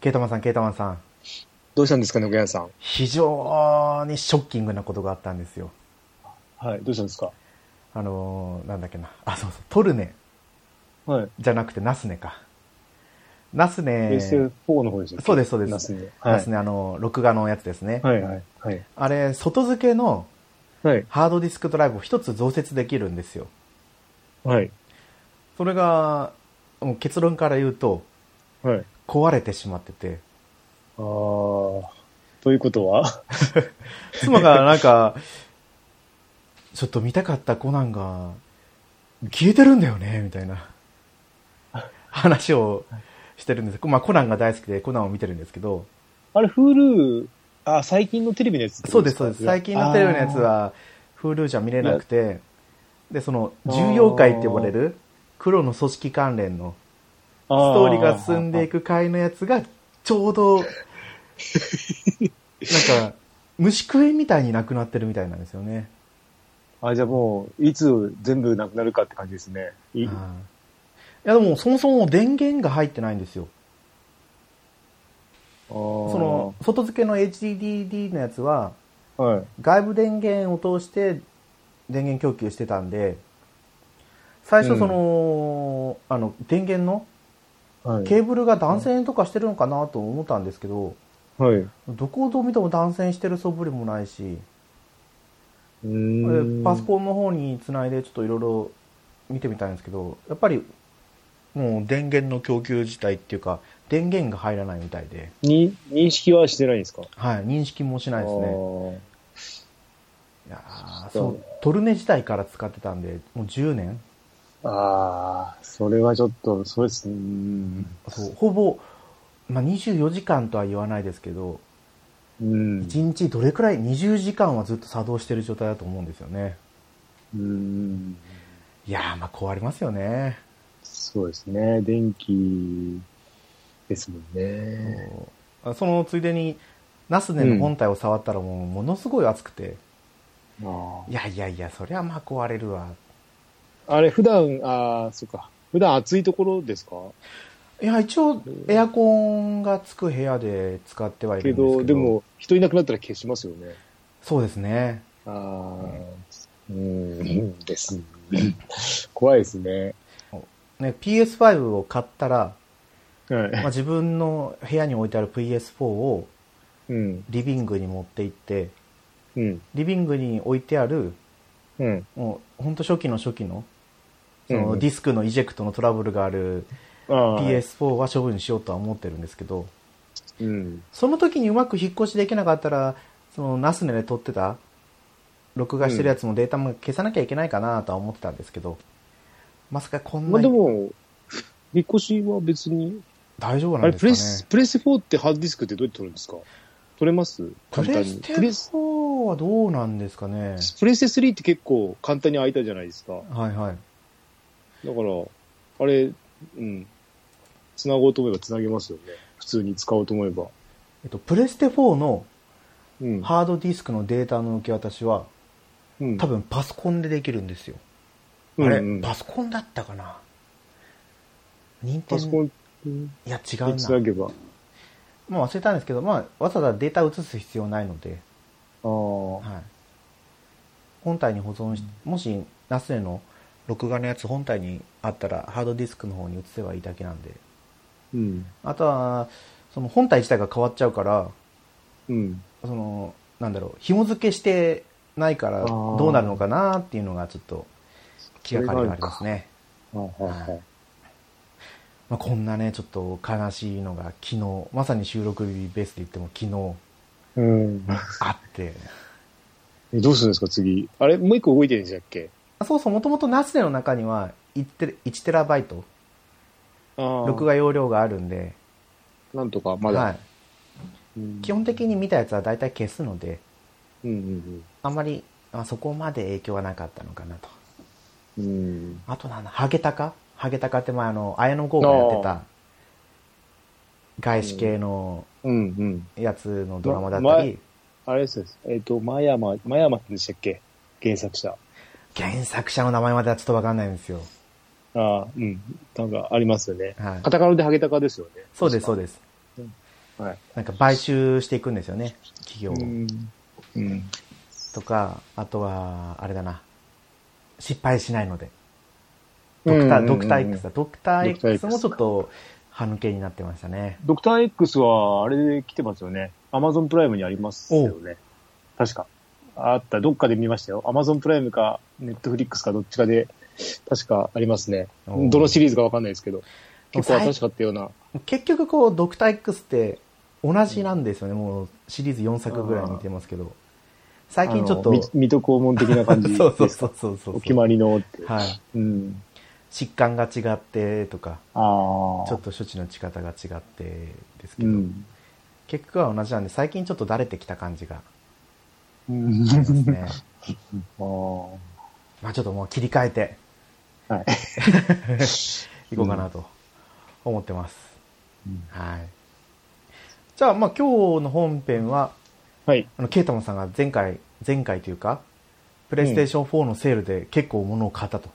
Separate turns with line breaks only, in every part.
ケータマンさん、ケータマンさん。
どうしたんですかね、奥山さん。
非常にショッキングなことがあったんですよ。
はい、どうしたんですか
あのーなんだっけな。あ、そうそう。トルネ
はい。
じゃなくてナスネか。ナスネ、
SF4 の方ですよね。
そうですそうです
ナスね。は
ナ
い
ス。ネ、あの、録画のやつですね。
はい、はい、はい。
あれ、外付けの
はい、
ハードディスクドライブを一つ増設できるんですよ。
はい、
それが、もう結論から言うと、
はい。
壊れてしまってて。
あー、ということは
妻がなんか、ちょっと見たかったコナンが、消えてるんだよね、みたいな話をしてるんです。まあ、コナンが大好きでコナンを見てるんですけど、
あれ、Hulu、あ、最近のテレビのやつって
そ
こ
う
と
です、
か
そうです。最近のテレビのやつ。は、Hulu じゃ見れなくて、で、その、重要会って呼ばれる、黒の組織関連の、ス
あ
トーリーが進んでい
く。
く回のやつが、ちょう ど、なんか、虫食いみたいになくなってるみたいなんですよね。
あ、じゃあもう、いつ全部なくなるかって感じですね。い
はいいやでもそもそも電源が入ってないんですよ
そ
その、外付けの HDD のやつは
はい。
外部電源を通して電源供給してたんで最初その,、あの電源の
はい。
ケーブルが断線とかしてるのかなと思ったんですけど
はい。う
どこをどう見ても断線してる素振りもないし
ーん
でパソコンの方につないでちょっといろいろ見てみたいんですけどやっぱりもう電源の供給自体っていうか電源が入らないみたいで、
に、認識はしてないんですか
はい、認識もしないです
あ
ね
ー
いやー
そ
そううトルネ自体から使ってたんでもう10年
ああ、それはちょっと、そうですね。うん。
そうほぼ、まあ、24時間とは言わないですけど
うん。
1日どれくらい20時間はずっと作動してる状態だと思うんですよね
うん。
いやーまあ壊れますよね
そうですね。電気ですもん
そ
ね。
うあそのついでにナスネの本体を触ったらもうものすごい熱くて、
あ
いやいやいや、そりゃまあ壊れるわ。
ーあれ、普段、ああ、そっか。普段暑いところですか
いや、一応、エアコンがつく部屋で使ってはいる
け
んですけど。
ど、でも、人いなくなったら消しますよね。
そうですね。
ああ、うん、です。怖いですね。
ね、PS5 を買ったら、まあ、
は
自分の部屋に置いてある PS4 を
い。うん、
リビングに持って行って、
うん、
リビングに置いてある、
うん。
もう、ほんと初期の初期の、そ
うんう
の
ん
ディスクのイジェクトのトラブルがある
ああ
PS4 は処分しようとは思ってるんですけど、
うん。
その時にうまく引っ越しできなかったら、そのナスネで撮ってた、録画してるやつもデータも消さなきゃいけないかなとは思ってたんですけど、まさかこん
ま
な
あ
に
でも、引っ越しは別に
大丈夫な
あ
ん
れ、
で
プレ
す
ス、
かね。
プレス4ってハードディスクってどうやって取るんですか取れます
プ
簡
レ
単
ス
に。
テ4はどうなんですかね。
プレステ3って結構簡単に開いたじゃないですか。だか
はいはい。
ら、あれ、うん。繋ごうと思えば繋げますよね。普通に使おうと思えば。
えっと、プレステ4の
うん。
ハードディスクのデータの受け渡しは、
うん
多分パソコンでできるんですよ。あ
うん
れ、
うん
パソコンだったかな。任
パ
天
ソコン
いや違う
に繋
な。
げば。あ
まあ忘れたんですけど、まあわざわざデータ移す必要ないので、
あ。
はい、本体に保存し、もしナスネの録画のやつ本体にあったらハードディスクの方に移せばいいだけなんで
うん。
あとはその本体自体が変わっちゃうから
うん。
そのなんだろう紐付けしてないから
あー
どうなるのかなっていうのがちょっと気がかりがありますね、
はいはいはい。
まあ、こんなねちょっと悲しいのが昨日まさに収録日ベースで言っても昨日
うん。
あって
えどうするんですか、次。あれ、もう一個動いてるんでしたっけ
あそうそうもともとナスネの中には1テレ1テラバイト
ああ。
録画容量があるんで
なんとか、まだ。
はい、
うん
基本的に見たやつは大体消すので
うんうん
あんまりあそこまで影響はなかったのかなと
うん。うん。
あとなんだハゲタカハゲタカって前あの綾野剛がやってた外資系の
うんうん。
やつのドラマだったり、
あれですよ。えっ、と、真山、真山ってでしたっけ原作者。
原作者の名前まではちょっとわかんないんですよ、
ああ、うん。なんかありますよね。
はい
カ、タカナでハゲタカですよね。
そうですそう
で
です、
うんはい。
なんか買収していくんですよね、企業を。
うん。うん。
とか、あとは、あれだな、失敗しないので。
う
ド
ん
クター、
うん
ドクター X だ。ドクター
ドクター
X
X
もちょっと、歯抜けになってましたね。
ドクター X は、あれで来てますよね。アマゾンプライムにありますよね。確か。あった、どっかで見ましたよ。アマゾンプライムか、ネットフリックスか、どっちかで、確かありますね。
おー
どのシリーズかわかんないですけど。結構
最
新しかったような。
結局こう、ドクター X って同じなんですよね。もう、シリーズ4作ぐらい見てますけど。最近ちょっ
あ
と、
のみ水戸黄門的な感じですか。
そうそうそうそうそう。
お決まりのって。
はい。
うん。
疾患が違ってとか、
ああ。
ちょっと処置の仕方が違ってですけ
う
ど、
ん。
結局は同じなんで、最近ちょっとだれてきた感じが
うん。
ありますね。
あー
まあちょっともう切り替えて
はい。
いこうかなと思ってます。
うん
はい。じゃあ、まあ今日の本編は、
はい。
あの、ケイタマンさんが前回、前回というか、プレイステーション4のセールで結構物を買ったと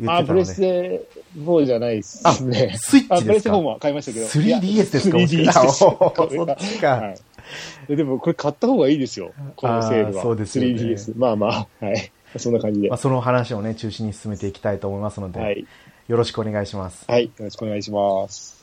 言っ
あ、
てた
プ
の
レス
で、
テ4じゃないですね。
スイッ
あ、
チ
プレ
で
ス
す
テ
か
4は買いましたけど。いや
3DS ですか
3DS
あお
です
ーそっちか
はいえでも、これ買った方がいいですよ。このセール
あー
は。
そうですよね
3DS。まあまあ、はい。そんな感じで。
まあ、
は
その話をね、中心に進めていきたいと思いますので、
い。
よろしくお願いします。
はい。よろしくお願いします。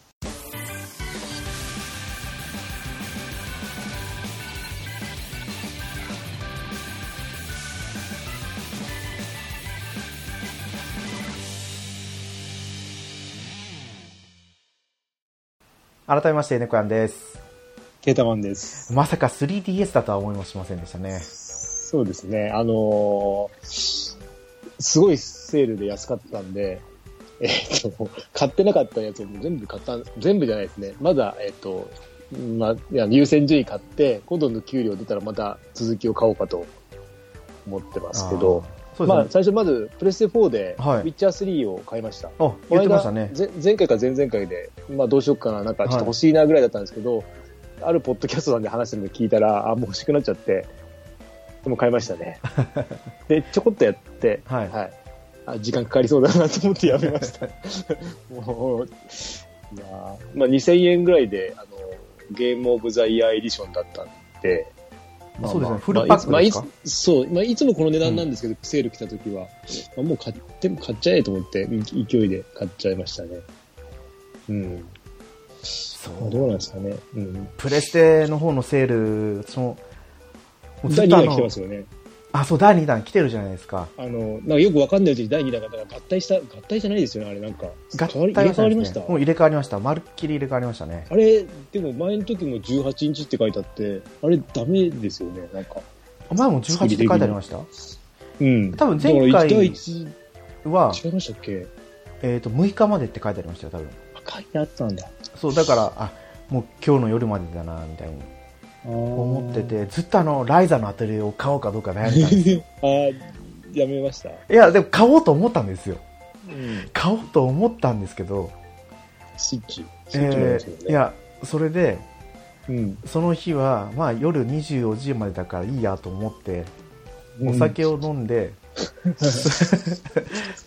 改めまして、猫やんです。
ケータマンです。
まさか 3DS だとは思いもしませんでしたね。
そうですね。あのーすごいセールで安かったんで、 えっと、買ってなかったやつを全部買った、全部じゃないですね。まだ、えっと、まあ、いや優先順位買って、今度の給料出たらまた続きを買おうかと思ってますけど、
あー、そう
まあ
で、すね。
最初まず、プレステ4で、ウ
はい
ィッチャー3を買いました。
あ、言ってましたね
こ。の間ぜ前回か前々回で、まあ、どうしようかな、なんかちょっと欲しいなぐらいだったんですけど、あるポッドキャストさんで話してるの聞いたら、あ、もう欲しくなっちゃって、でも買いました ね。で、ちょこっとやって、
はい
あ時間かかりそうだなと思ってやめ ました。もう、いやーまあ、2000円ぐらいで、あの、ゲームオブザイヤーエディションだったんで、まあ
そうですね
まあ
フルパック
まあい
です
つ
か
まあいつそう、まあ、いつもこの値段なんですけど、セール来た時は、まあ、もう買っても買っちゃえと思って、い勢いで買っちゃいましたね。うん。
そう
どうなんですかね。うん。
プレステの方のセール、その、もうず
第
っ
2
とあ
弾来て
の
ま、すよね。
あ、そう、第2弾来てるじゃないですか。
あの、なんかよくわかんないうちに第2弾が、なんか合体した、合体じゃないですよね、あれなんか。
合
変わり
体は
入れ替わりま
し
したた
ねもう入れ替わりました。まるっきり入れ替わりましたね。
あれ、でも前の時も18日って書いてあって、あれダメですよね、なんか。
前も18って書いてありました
うん。
多分前回
だから1対1
は、
違いましたっけ
えっ、と、6日までって書いてありましたよ、多分。
赤いなったんだ。
そう、だから、あ、もう今日の夜までだな、みたいに思
思
って。て、ずっとあの、ライザのアトリエを買おうかどうか悩んでたんですよ。
あーやめました。
いや、でも買おうと思ったんですよ。
うん。
買おうと思ったんですけど、
スイッチ。スイッチな
え
んですよね。
ーいや、それで、
うん、
その日は、まあ夜24時までだからいいやと思って、お酒を飲ん で、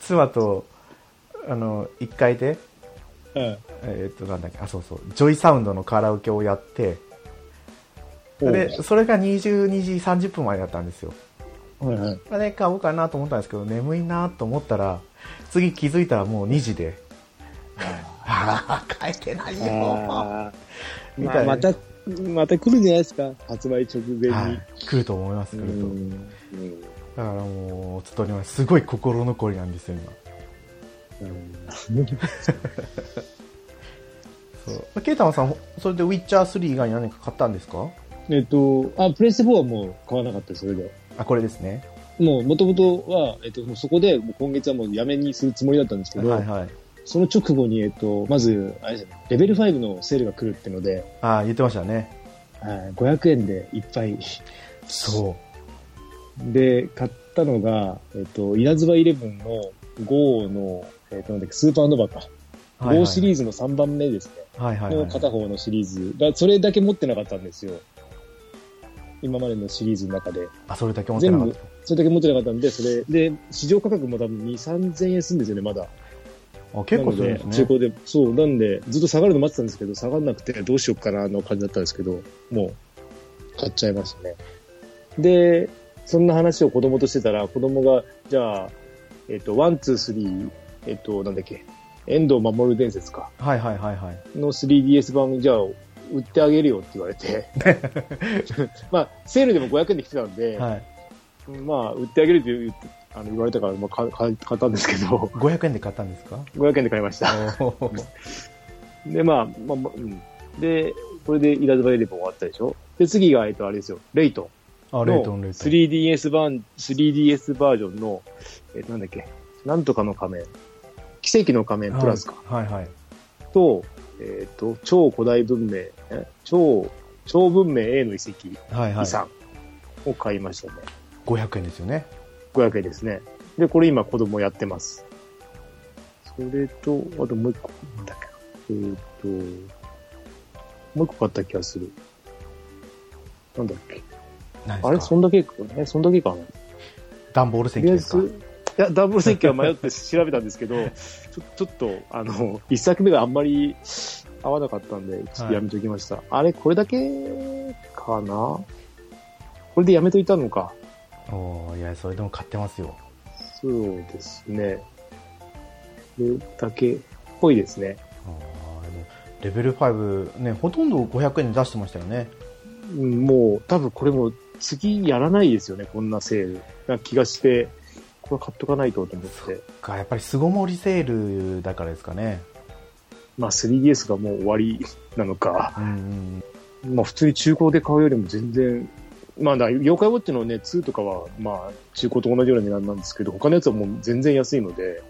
妻と、あの、1階で、
うん。うん
えーっと、なんだっけ、あ、そうそう、ジョイサウンドのカラオケをやって、
おう
で、それが22時30分までだったんですよ。
は いはい。
まあね、買おうかなと思ったんですけど、眠いなと思ったら、次気づいたらもう2時で、 ああ、買えてないよ。
あー
み
ま
た
あ、
いな
また、また来るんじゃないですか。発売直前に。
はい、来ると思います、
う
来ると。
ん
だからもう、ちょっとね、すごい心残りなんですよ、今。
うん
そう。ケイタマンさん、それでウィッチャー3以外に何か買ったんですか
えっと、あ、プレステ4はもう買わなかったです、それで。
あ、これですね。
もう、もともとは、えっと、もうそこで、もう今月はもうやめにするつもりだったんですけど、
はいはい。
その直後に、えっと、まず、あれですね、レベル5のセールが来るってので、
ああ、言ってましたね。
はい500円でいっぱい。
そ
で、買ったのが、えっと、稲妻イレブンの5の、えっと、なんだっけ、スーパーノバか。
う。はいはい、
5シリーズの3番目ですね。
はいはい、は
の
い。
片方のシリーズが、それだけ持ってなかったんですよ。今までのシリーズの中で。
あ、それだけ持ってなかっ
全それだけ持ってなかったんで、それ、で、市場価格も多分2、3000円するんですよね、まだ。
た。あ結構するんです
なの中
ね。
古で、そう、なんで、ずっと下がるの待ってたんですけど、下がらなくてどうしようかなの感じだったんですけど、もう、買っちゃいましたね。で、そんな話を子供としてたら、子供が、じゃあ、えっと、ワン、ツー、スリー、えっと、なんだっけ、遠藤守る伝説か、
はいはいはいはい。
の 3DS 版、じゃあ、売ってあげるよって言われ て、まあ、セールでも500円で来てたんで、
はい、
まあ、売ってあげるって言ってあの言われたから、まあ、か買買ったんですけど、
500円で買ったんです か
500円で買いました。
おー
で、まあ、まあ、まあうん。で、これでイラズバイレブン終わったでしょで、次が、えっと、あれですよ、レイト
あ、
ン
レ
の
イトン、レイトン。
3DS 版、3DS バージョンの、えっと、なんだっけ、なんとかの仮面、奇跡の仮面プラスか、
はいはい。
と、えっと、超古代文明、え超、超文明 A の遺跡、
はいは
遺
い。
産を買いましたね。
500円ですよね。
500円ですね。で、これ今子供やってます。それと、あともう一個、なんだっけな。えーっ、と、もう一個買った気がする。なんだっけ。
何ですか
あれそんだけかえ、そんだけかな。
段ボール
と
席
りあえ
ですか
ず、いや、ダブル設計は迷って調べたんですけど、ちょちょっと、あの、一作目があんまり合わなかったんで、ちょっとやめときました。あれ、これだけかなこれでやめといたのか。
おーいや、それでも買ってますよ。
そうですね。これだけっぽいですね。
あーでもレベル5、ね、ほとんど500円で出してましたよね。
うんもう、多分これも次やらないですよね、こんなセール。な気がして、これ買っとかないとと思って。
かやっぱり巣ごもりセールだからですかね。
まあ 3DS がもう終わりなのか。
うんうん、
まあ普通に中古で買うよりも全然、まあだ、妖怪ウォッチのね、2とかは、まあ中古と同じような値段なんですけど、他のやつはもう全然安いので、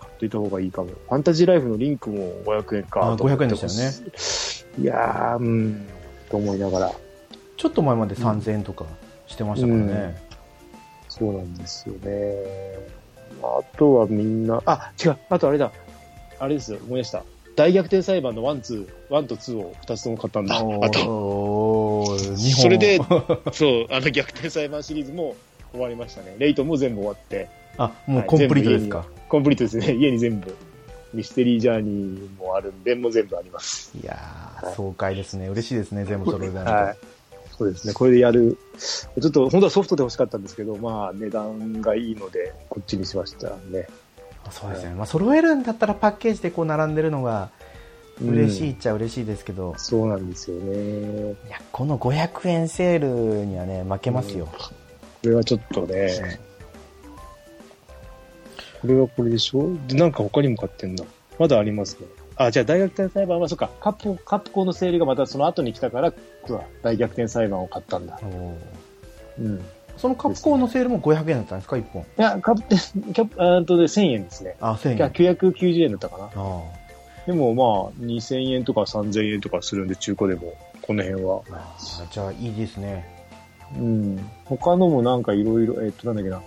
買っといた方がいいかも。ファンタジーライフのリンクも500円か
あ
と思っ
500
て
円でした
いやー、うん、と思いながら。
ちょっと前まで3000円とかしてましたからね。
そうなんですよね。あとはみんな、あ、違う、あとあれだ。あれですよ、思い出した。大逆転裁判のワン、ツー、ワンとツーを二つとも買ったんだ。あと、
おー日本
そ れで、そう、あの逆転裁判シリーズも終わりましたね。レイトも全部終わって、
あ、もうコンプリートですか。
コンプリートですね。 家に全部。ミステリージャーニーもあるんで、もう全部あります。
いやー、爽快ですね。嬉しいですね、全部揃えた
はい。そうですね、これでやる。ちょっと、本当はソフトで欲しかったんですけど、まあ、値段がいいので、こっちにしましたね。
そうですね。まあ、揃えるんだったらパッケージでこう並んでるのが嬉しいっちゃ嬉しいですけど、
そうなんですよ
い
ね。
や、この500円セールにはね、負けますよ。
これはちょっとね、これはこれでしょで、なんか他にも買ってんだ。まだありますね。あ、じゃあ大逆転裁判は、そっか、カップ、カップコーの整理がまたその後に来たから、うわ大逆転裁判を買ったんだ。
おー
うん。い
そのカプコーのセールも500円だったんですか、1本。
や、カップ、 キャップ、あーっとで1000円ですね。
あ、1000
い
円。
や、
あ
990円だったかな。
あ
でもまあ、2000円とか3000円とかするんで、中古でも、この辺は。
あーじゃあ、いいですね。
うん。他のもなんかいろいろ、えっと、なんだっけな。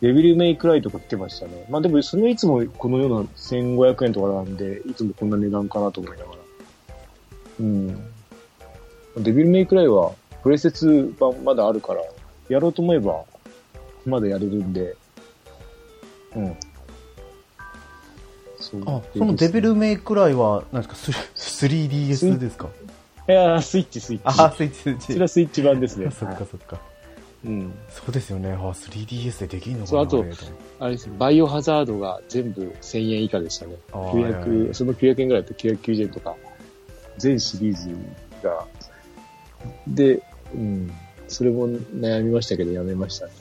デビルメイクライとか来てましたね。まあでも、それはいつもこのような1500円とかなんで、いつもこんな値段かなと思いながら。うん。デビルメイクライは、プレセ2版まだあるから、やろうと思えば、まだやれるんで。うん。そう
あ、そのデビルメイクライは、なんですか、ス 3DS ですか。
いやースイッチ、スイッチ。
あ、スイッチ、スイッ
そ
チ
れは。スイッチ版ですね。
そっ
は
か
い
そっか。
うん。
そうですよね。あ、3DS でできるのか
そう
な。
あと
あれ思って
あれですね、バイオハザードが全部1000円以下でしたね。
あーはいは
900
い
その900円ぐらいだった990円とか、全シリーズが。で、うん、それも悩みましたけど、やめましたね。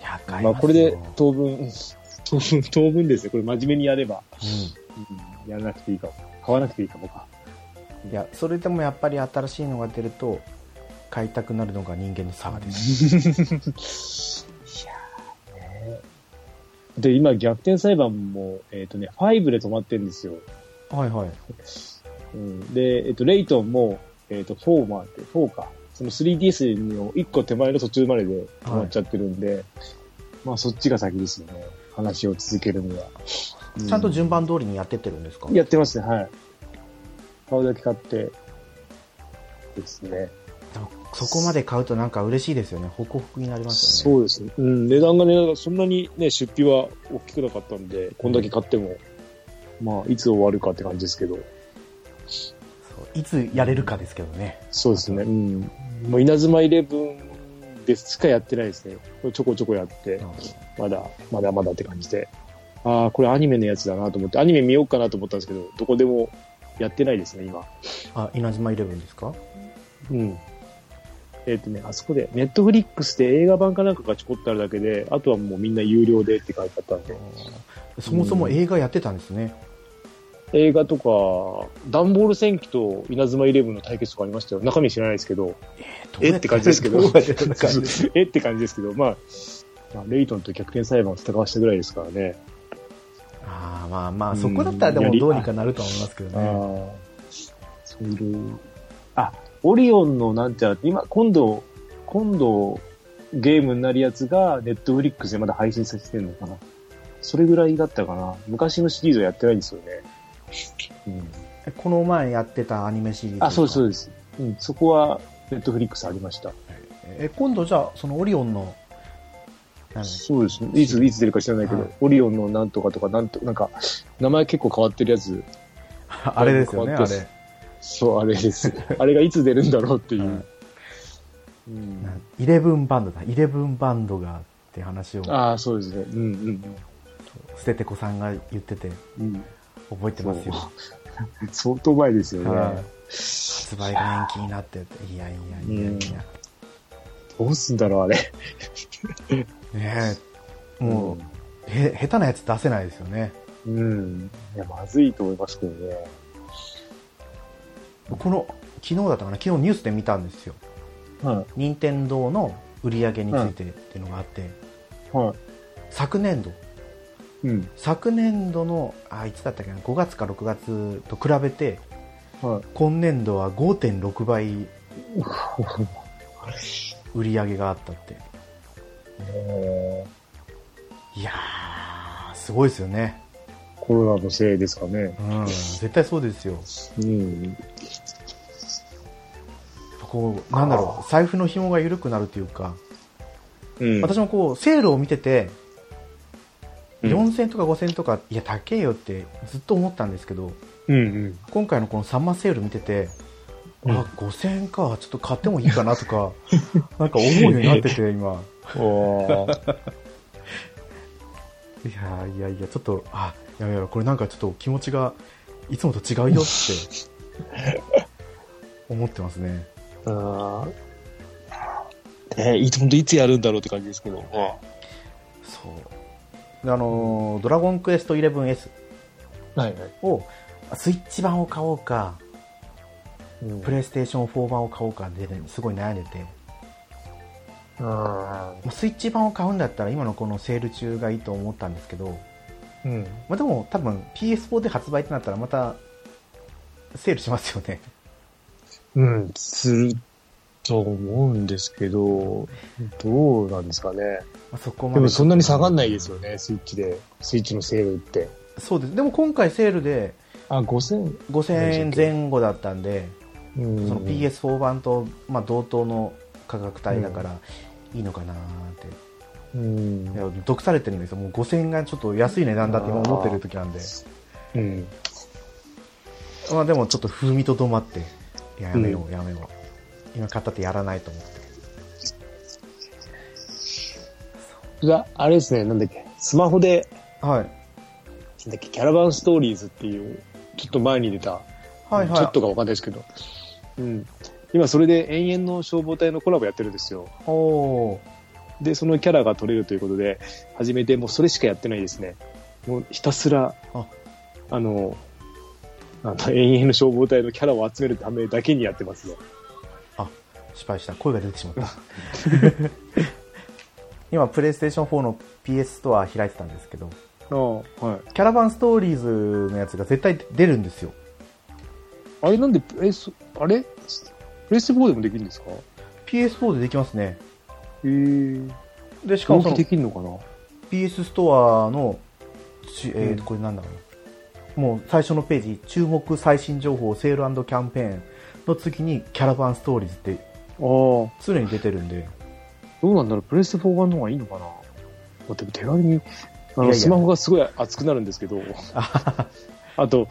いや、買い
まあ、
すよ
これで当分、 当分、当分ですね。これ真面目にやれば、
う
うんやらなくていいかも。買わなくていいかもか。
ん。いや、それでもやっぱり新しいのが出ると、買いたくなるのが人間の差がです。
いやーね。で、今、逆転裁判も、えっ、とね、5で止まってるんですよ。
はいはい。
うんで、えっと、レイトンも、えっと、4もあって、4か。その 3DS の1個手前の途中までで止まっちゃってるんで、まあそっちが先ですよね。話を続けるには。う
ちゃんと順番通りにやってってるんですか
やってますね、はい。買うだけ買って、ですね。
そこまで買うとなんか嬉しいですよね。ホクホクになりますよ
そうですね。うん、値段がね、そんなにね、出費は大きくなかったんで、こんだけ買っても、まあ、いつ終わるかって感じですけど、
ね。そういつやれるかですけどね。
そうですね。うん。もう稲妻イレブンでしかやってないですね。これちょこちょこやって、まだ、まだまだって感じで。ああ、これアニメのやつだなと思って、アニメ見ようかなと思ったんですけど、どこでもやってないですね、今。
あ、稲妻イレブンですか
うん。えっ、とね、あそこで、ネットフリックスで映画版かなんかがちょこっとあるだけで、あとはもうみんな有料でって書いてあったんで、
そもそも映画やってたんですね。
映画とか、ダンボール戦記と稲妻イレブンの対決とかありましたよ。中身知らないですけど、えって感じですけど、
どうやってやってたん ですか
えって感じですけど、まあ、まあ、レイトンと逆転裁判を戦わせたぐらいですからね。
ああ、まあまあ、そこだったらでもどうにかなるとは思いますけど
あ
ね。
そういう。あ、オリオンのなんてやら今、今度、今度、ゲームになるやつが、ネットフリックスでまだ配信させてるのかな。それぐらいだったかな。昔のシリーズはやってないんですよね。うん、
この前やってたアニメシリーズ。
あ、そうです、そうです。うん、そこは、ネットフリックスありました。
え、今度じゃあ、そのオリオンの、 なんだっ
そうですね。いつ、いつ出るか知らないけど、
はい
オリオンのなんとかとか、なんと、なんか、名前結構変わってるやつ、
けあれですよね、
変
あ
わ
れ
って。そう、あ れです。あれがいつ出るんだろうっていう。
はい
うん
なイレブンバンドだ、イレブンバンドがって話を
ああ、そうですね。うん
捨ててこさんが言ってて、
うんうん。
覚えてますよ。
相当前ですよね。
はい発売が延期になってて、いやいやいやいや。
どうすんだろう、あれ。
ねえ、もう、へ、下手なやつ出せないですよね。
うん。うん。いや、まずいと思いますけどね。
この、昨日だったかな、昨日ニュースで見たんですよ。
は
任天堂の売り上げについてっていうのがあって、
い。は
昨年度、
い。うん。
昨年度の、あ、いつだったっけな、5月か6月と比べて、
はい。
今年度は5.6倍売り上げがあったって。
えー
いやー、すごいですよね。
コロナのせいですかね。
うん、絶対そうですよ。
うん。
こう、なんだろう、財布の紐が緩くなるというか、
うん
私もこう、セールを見てて、
うん
4000とか5000とか、いや、高えよってずっと思ったんですけど、
うんうん。
今回のこのサンマセール見てて、
うん
あ、5000か、ちょっと買ってもいいかなと か、なんか思うようになってて、今。
おー
いやいやいや、ちょっと、あ、やべやべ、これなんかちょっと気持ちがいつもと違うよって思ってますね。
あーえー、い本当いつやるんだろうって感じですけど。は
そう。であのードラゴンクエスト 11S
いはい。
を、スイッチ版を買おうか、
うん
プレイステーション4版を買おうかで、すごい悩んでて、
あ
まあスイッチ版を買うんだったら今のこのセール中がいいと思ったんですけど、
ーうん。
まあ、でも多分 PS4 で発売ってなったらまたセールしますよね。
うん、すると思うんですけど、どうなんですかね。
まあそこまで。
でもそんなに下がんないですよね、スイッチで。スイッチのセールって。
そうです。でも今回セールで
あ、5000?
5000円前後だったんで、
うん。
その PS4 版と、まあ、同等の価格帯だからいいのかなーって、
うん。
いや毒されてるんですよもう5000円がちょっと安い値段だって今思ってる時なんで
うん。
まあでもちょっと風味とどまっていややめようやめよう、今買ったってやらないと思って
が、あれですね、なんだっけ、スマホで、
はい
なんだっけ、キャラバンストーリーズっていう、ちょっと前に出た、
はいはい
ちょっとかわかんないですけど、うん。今それで延々の消防隊のコラボやってるんですよ。
おお
で、そのキャラが取れるということで、始めて、もうそれしかやってないですね。もうひたすら、
あ
あの、あの、永遠の消防隊のキャラを集めるためだけにやってますね。
失敗した声が出てし まった今プレイステーション4の PS ストア開いてたんですけど
ああ、はい。
キャラバンストーリーズのやつが絶対出るんですよ
あれなんで、え、そあれプレステ4でもできるんですかへ
PS4 でできますね
え。
でしかもそ
同期
の
できるのかな
PS ストアの、ちえー
うん
これなんだろうもう最初のページ注目最新情報セールキャンペーンの次にキャラバンストーリーズって
ど
常に出てるんで。
うなんだろう、プレステ4版の方がいいのかな。だって手軽に、あの
いやいや
スマホがすごい熱くなるんで すけど、あと、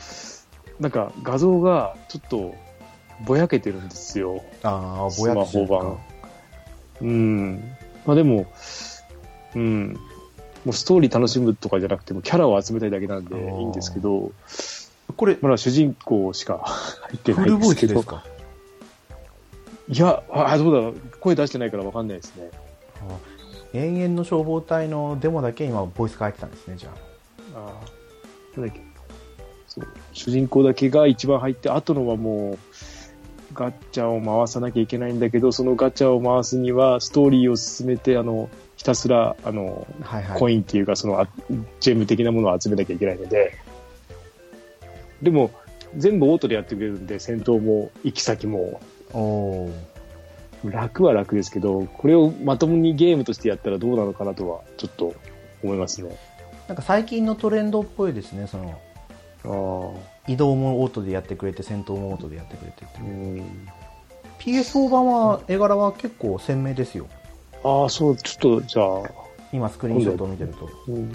なんか画像がちょっとぼやけてるんですよ。
ああ、ぼやっとしてる
スマホ
か。
うん。まあでも、うん。もうストーリー楽しむとかじゃなくても、キャラを集めたいだけなんで
あー
いいんですけど、
これ、
まだ主人公しか入って
フ
ない
ル
んで
ボ
す
イ
け
スで
ど
す。か
いや、あ、どうだろう声出してないからわかんないですね。
あー永遠の消防隊のデモだけ今、ボイス変えてたんですね、じゃ
ああ、なんだっけ。そう。主人公だけが一番入って、あとのはもう、ガッチャを回さなきゃいけないんだけど、そのガチャを回すには、ストーリーを進めて、あの、ひたすら、あの、
あ。はいはい。
コインっていうか、その、あジェム的なものを集めなきゃいけないので、でも、全部オートでやってくれるんで、戦闘も、行き先も、
おー
楽は楽ですけど、これをまともにゲームとしてやったらどうなのかなとは、ちょっと思いますね。
なんか最近のトレンドっぽいですね、その、
ああ。
移動もオートでやってくれて、戦闘もオートでやってくれてって
う
いう。
ん
PS4 版は、絵柄は結構鮮明ですよ。
ああ、そう、ちょっと、じゃあ、
今、スクリーンショットを見てると。
うん、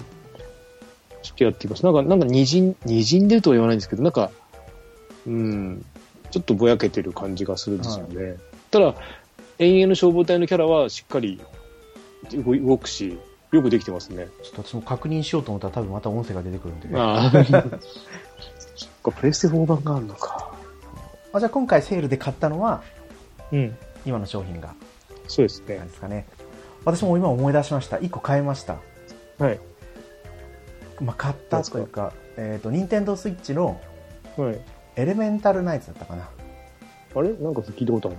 ちょっとやってみます。なんか、なんか、にじん、にじんでるとは言わないんですけど、なんか、うん、ちょっとぼやけてる感じがするんですよね。ただ、永遠の消防隊のキャラはしっかり動い動くし、よくできてますね。
ちょっと私も確認しようと思ったら多分また音声が出てくるんで、ね、あ
ああ。 そっか、プレステ4版があるのか。
じゃあ今回セールで買ったのは
うん。
今の商品が
そうです
な
ね
ん。ですかね私も今思い出しました1個買いました、
はい。
まあ、買ったというかえっ、と任天堂スイッチの
はい。
エレメンタルナイツだったかな
あれなんか聞いたことある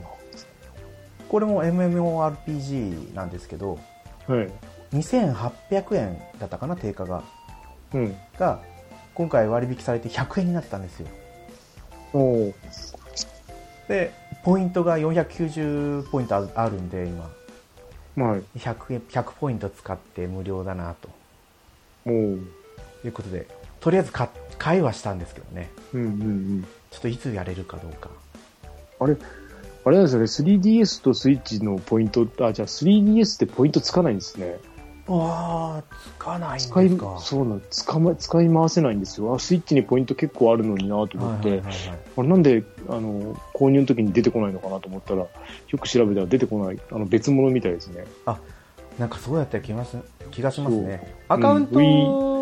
これも MMORPG なんですけど
な。はい。
2800円だったかな定価が
うん。
が今回割引されて100円になってたんですよ
おお。
でポイントが490ポイントああるんで今
はい。
100, 円100ポイント使って無料だなと
おお。うん
いうことでとりあえず買買いはしたんですけどね
うんうん。
ちょっといつやれるかどうか
あれ、あれなんですよね、3DS とスイッチのポイント、あ、じゃあ 3DS ってポイントつかないんですね。
ああつかないんですか
使い、そうなん、使ま、使い回せないんですよ。あ、スイッチにポイント結構あるのになと思って、
はいはいはいはい
あれなんで、あの、購入の時に出てこないのかなと思ったら、よく調べたら出てこない、あの、別物みたいですね。
なんかそうやった気がす気がしますね
う
アカウント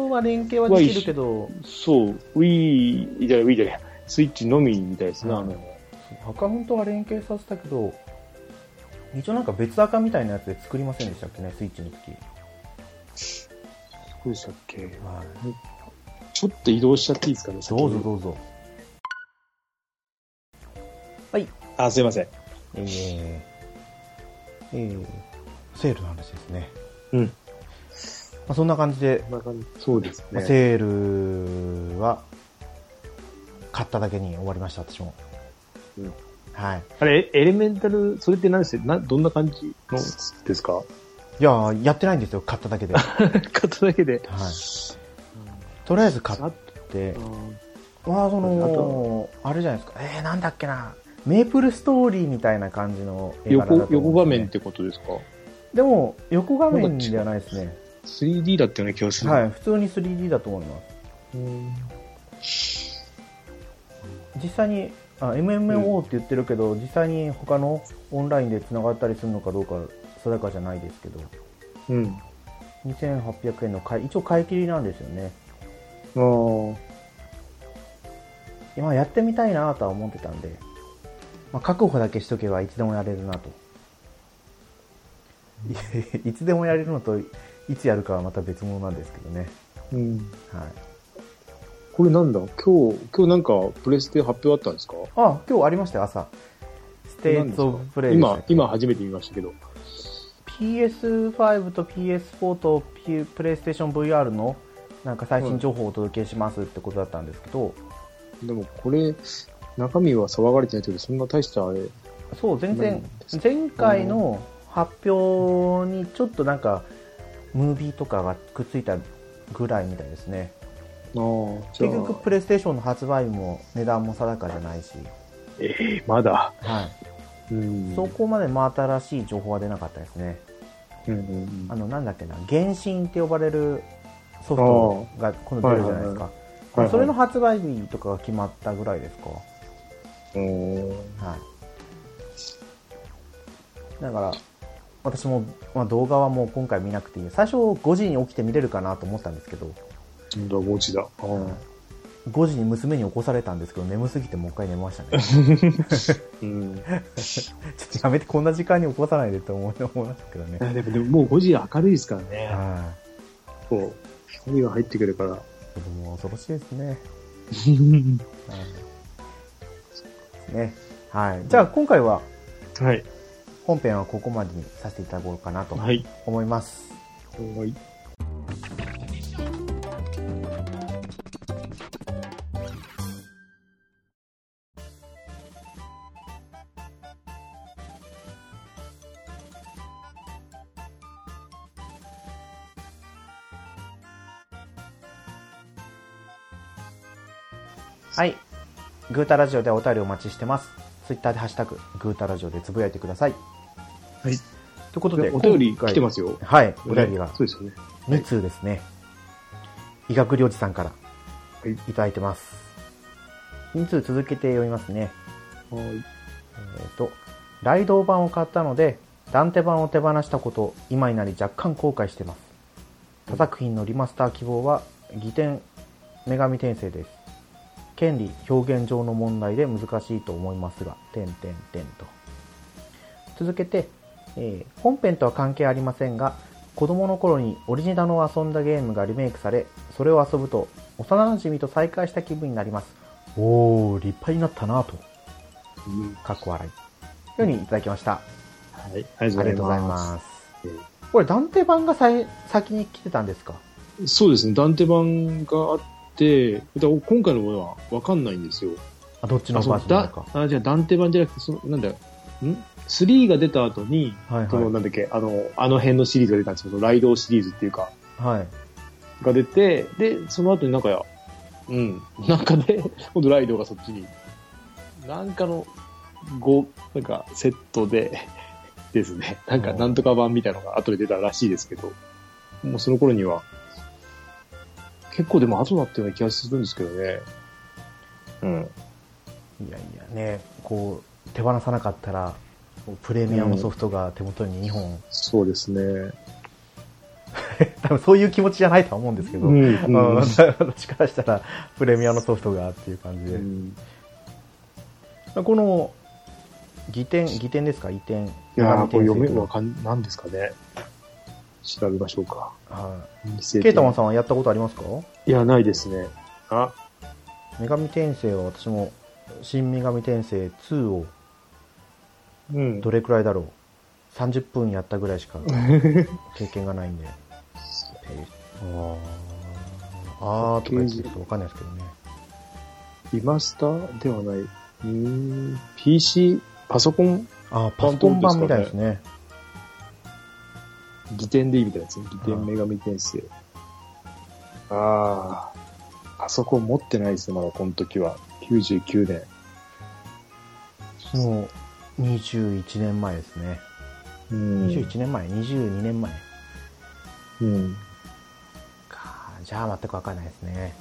は連携はできるけど、
そう、Wii、じゃない Wii じゃない、スイッチのみみたいですね、あ
うん
の、
アカウントは連携させたけど一応なんか別アカみたいなやつで作りませんでしたっけねスイッチの時、
どうでしたっけ
はい、
ちょっと移動しちゃっていいですかね、先に
どうぞどうぞ
あ、すいません。
えーえーセールの話ですね
うん。
まあ、そんな感じで、
こんな感じそうです
まあ
ね。
セールは買っただけに終わりました私も、
うん
はい
あれ、エレメンタル、それって何ですなどんな感じのですか
いやーやってないんですよ買っただ けで、はい、
買っただけで。
とりあえず買
あ
って
うん
まあそ
あ
のあれじゃないですかえー、なんだっけなメープルストーリーみたいな感じの絵柄だと思うんですよ
横
ね
横画面ってことですか
でも横画面じゃないですね
?3D だったような気がする。
はい普通に 3D だと思います
うん
実際にあ MMO って言ってるけど、実際に他のオンラインでつながったりするのかどうか定かじゃないですけど
うん。
2800円の買い一応買い切りなんですよね
あー
今やってみたいなとは思ってたんで、まあ、確保だけしとけばいつでもやれるなと いつでもやれるのといつやるかはまた別物なんですけどね、
うん。
はい、
これなんだ今日、今日なんかプレステ発表あったんですか
あ今日ありましたよ朝ステーツオブプレイでしたっ
今、
け
今初めて見ましたけど。
PS5 と PS4 と P プレイステーション VR のなんか最新情報をお届けしますってことだったんですけど、
でもこれ、中身は騒がれてないけど、そんな大したあれ。
そう全然
うん
前回の発表にちょっとなんかムービーとかがくっついたぐらいみたいですね
あーじゃ
結局プ
あ、
レイステーションの発売も値段も定かじゃないし、
えーまだ。
はい、
うん
そこまで真新しい情報は出なかったですね。
うんうん
あの、なんだっけな、原神って呼ばれるソフトが今度出るじゃないですか。
はいはい
それの発売日とかが決まったぐらいですか。
うんう
はい。
ん
だから、私も、まあ、動画はもう今回見なくていい。最初5時に起きて見れるかなと思ったんですけど、
今度は5時だ。うん
5時に娘に起こされたんですけど、眠すぎてもう一回寝ましたね。
うん、
ちょっとやめて、こんな時間に起こさないでって思い思いましたけどね。
でもでももう5時明るいですからね。
は
そう。光が入ってくるから。
い。子供は恐ろしいですね。はい。ね。はい。じゃあ今回は
はい。
本編はここまでにさせていただこうかなと
はい。
思います。
はい。
はい。グータラジオではお便りお待ちしてます。ツイッターでハッシュタグ、グータラジオでつぶやいてください。
は
と
い。
いうことで、
お便り
今回
来てますよ。
はい、お便りが
そうですよね。
2通ですね。医学領事さんから
はい
いただいてます。2通続けて読みますね。
はい。
えーと、ライドウ版を買ったので、ダンテ版を手放したこと、今になり若干後悔してます。他作品のリマスター希望は、疑点、女神転生です。権利、表現上の問題で難しいと思いますが、点点点と。続けて、えー本編とは関係ありませんが、子供の頃にオリジナルを遊んだゲームがリメイクされ、それを遊ぶと、幼馴染と再会した気分になります。おー、立派になったなぁと。
うん
かっこ笑い。ようにいただきました。あ
はい。あり
り
が
がとう
とうご
ご
ざ
ざ
い
い
ま
ます。これ、ダンテ版がさい先に来てたんですか
す。そうですね。ダンテ版があって、だ今回のものはわかんないんですよ。
あ、どっちの
あ、そ
バ
う
ージョンなの
だ
か。。
あ、じゃあダンテ版じゃなくて、その、なんだよ。ん ?3 が出た後に、
はい
その、
は
なんだっけ、あの、あの辺のシリーズが出たんですよ。そのライドシリーズっていうか。
い。はい。
が出て、で、その後になんかや、うん、 なんかで、今度ライドがそっちに、なんかの、ご、なんかセットで、 ですね、なんか
うん
なんとか版みたいなのが後で出たらしいですけど、もうその頃には、結構でも後だったような気がするんですけどね。うん。
いやいや、ね、こう、手放さなかったら、こうプレミアムソフトが手元に2本、
そうですね。
多分そういう気持ちじゃないとは思うんです けど、
うん。
あ
うん
の私からしたら、プレミアムソフトがっていう感じで。
うん
この、疑点、疑点ですか疑点。
いやー、これ読め
女神転生という
わかん、なんですかね。調べましょうか。
は
ケ
い。ケイタマンさんはやったことありますか
いや、ないですね。あ、
女神転生は私も、新女神転生2を
うん。
どれくらいだろう30分やったぐらいしか経験がないんであーとか言ってると分かんないですけどね
リマスターではない。うーん、PC、パソコン、
あーパソコン版みたいですね
疑点でいいみたいなやつね。疑点女神転生。ああ、パソコン持ってないですね、まだこの時は。99年。
もう21年前ですね
うん。
21年前22年前
うん。
かじゃあ全く分かんないですね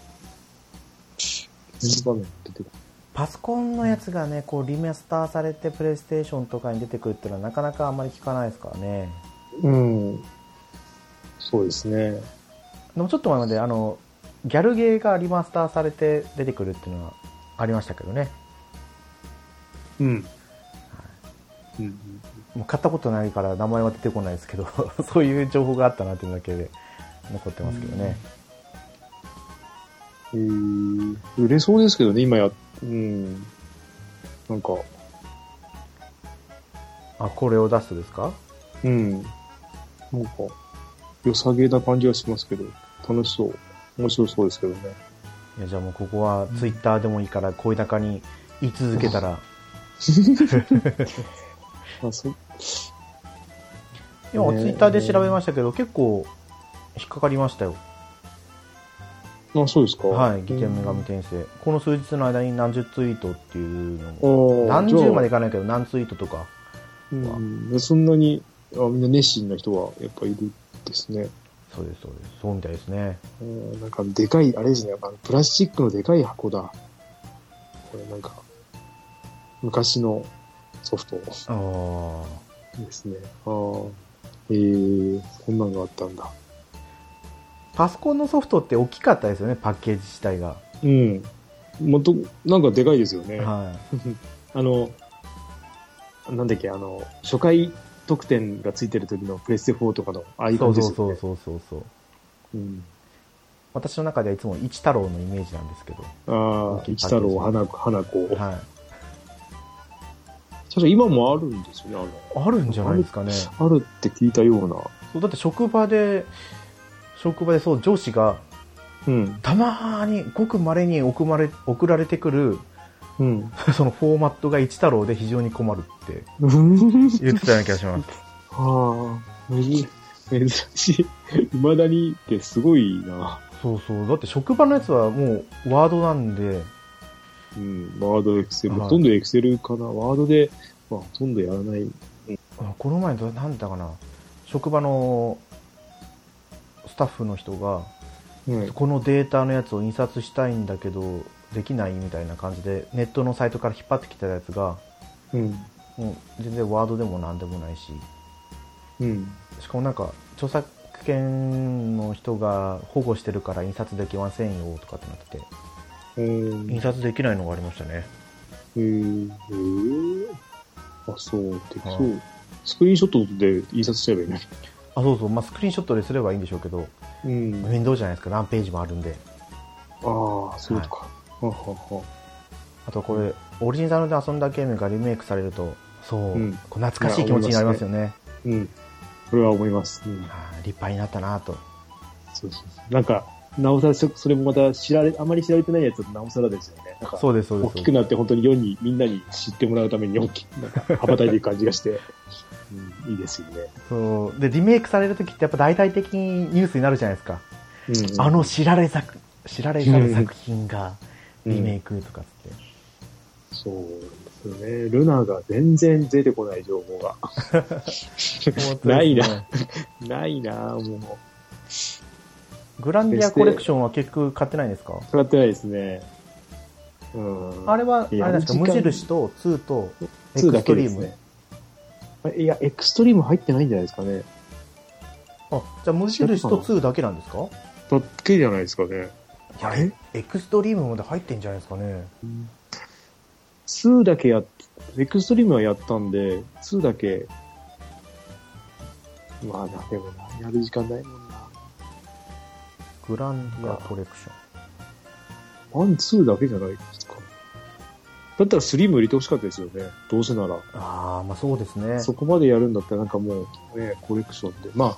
全場面出てこ
パソコンのやつがねこうリマスターされてプレイステーションとかに出てくるっていうのはなかなかあんまり聞かないですからね
ないうん。そうですね。
でもちょっと前まであのギャルゲーがリマスターされて出てくるっていうのはありましたけどね
うん。うん。
もう買ったことないから名前は出てこないですけど そういう情報があったなっていうだけで残ってますけどね、
えー、売れそうですけどね、今や、うん。なんか、
あこれを出すとですか
うん。なんか、良さげな感じがしますけど、楽しそう。面白そうですけど ね。
いやじゃあもうここはツイッターでもいいから声高に言い続けたら、
あそう
今
ね
ツイッターで調べましたけど結構引っかかりましたよ
あそうですか
はい「疑点女神。転生」この数日の間に何十ツイートっていうの
う
を
んおー
何
じ
十
ゃあ
までいかないけど、何ツイートとか。
うん、そんなにあみんな熱心な人はやっぱいるですね。
そうです、そうです。そうみたいですね。
うんなんかでかい、あれですね、あのプラスチックのでかい箱だ。これなんか、昔のソフト
ああ。
ですね。ああ。えー、こんなのがあったんだ。
パソコンのソフトって大きかったですよね、パッケージ自体が。
うん。もっと、なんかでかいですよね。
は
あの、なんだっけ、あの、初回特典がついてる時のプレステ4とかの、ああ
い。
いう
そ
感
う
じ
そ
で
う
す
そ
よね。
うそうそうそう。
うん
私の中ではいつも一太郎のイメージなんですけど。
あ
大
あ、
きい
一太郎、花子、花子。
はい。
確か今もあるんですよね、
あるんじゃないですかね。
あの。あるって聞いたような。
そうだって職場で、職場でそう、上司が、
うん。
たまーに、ごく稀に送まれ送られてくる、
うん。
そのフォーマットが一太郎で非常に困るって言ってたような気がし ます。
は あ、むず珍しい。未だにってすごいな。
そうそう。だって職場のやつはもうワードなんで、
うん。ワード、エクセル。
はい
ほとんどエクセルかな。ワードで、まあ、ほとんどやらない。
あこの前ど、なんだったかな、職場のスタッフの人が、
うん。
このデータのやつを印刷したいんだけど、できないみたいな感じで、ネットのサイトから引っ張ってきたやつが、
うん。
もう全然ワードでもなんでもないし、
うん。
しかもなんか、著作権の人が保護してるから印刷できませんよとかってなってて、
うん
印刷できないのがありましたね。
へーへーあ、そう。できそ
は
う。スクリーンショットで印刷しちゃえばいいね。
あ、そうそう、まあ、スクリーンショットですればいいんでしょうけど、
うん。あ
面倒じゃないですか、何ページもあるんで。
あ、そうか。ははは
あとこれ、オリジナルで遊んだゲームがリメイクされると、そう、
うん
こう懐かしい気持ちになりますよね。
うん。それは思います。うん。
ああ立派になったなと。
そうそうそう。なんか、なおさらそ、それもまた知られ、あまり知られてないやつだとなおさらですよね。なんか、
そうです、そうで
大
す。そう
き
で
くなって本当に世に、みんなに知ってもらうために大きく、なんか、羽ばたいていく感じが して、うん、いいですよね。
すそうで、リメイクされる時ってやっぱ大々的にニュースになるじゃないですか。
うん
あの、知られ作、知られざる作品がリメイ
ク。
クとかって。
そうですよね。ルナが全然出てこない情報が。ないな。ないな、も
グランディアコレクションは結局買ってないんですか
う。使ってないですね。うん。
あれは、あ
い
れ
や
なんですか、
時
無
間
印と2とエ
2
ク
だ
スト
け
リ
で
ー
す
ム。
ね。いや、エクストリーム入ってないんじゃないですかね。
あ、じゃあ無印と2だけなんですか
だけじゃないですかね。あれ
エクストリームまで入ってんじゃないですかね。
2だけやっ、エクストリームはやったんで、2だけ、まあな、でもな、やる時間ないもんな。
グランディアコレクション。
ワン、ツーだけじゃないですか。だったら3も入れてほしかったですよね。どうせなら。
ああ、まあそうですね。
そこまでやるんだったらなんかもう、ね、コレクションで。まあ、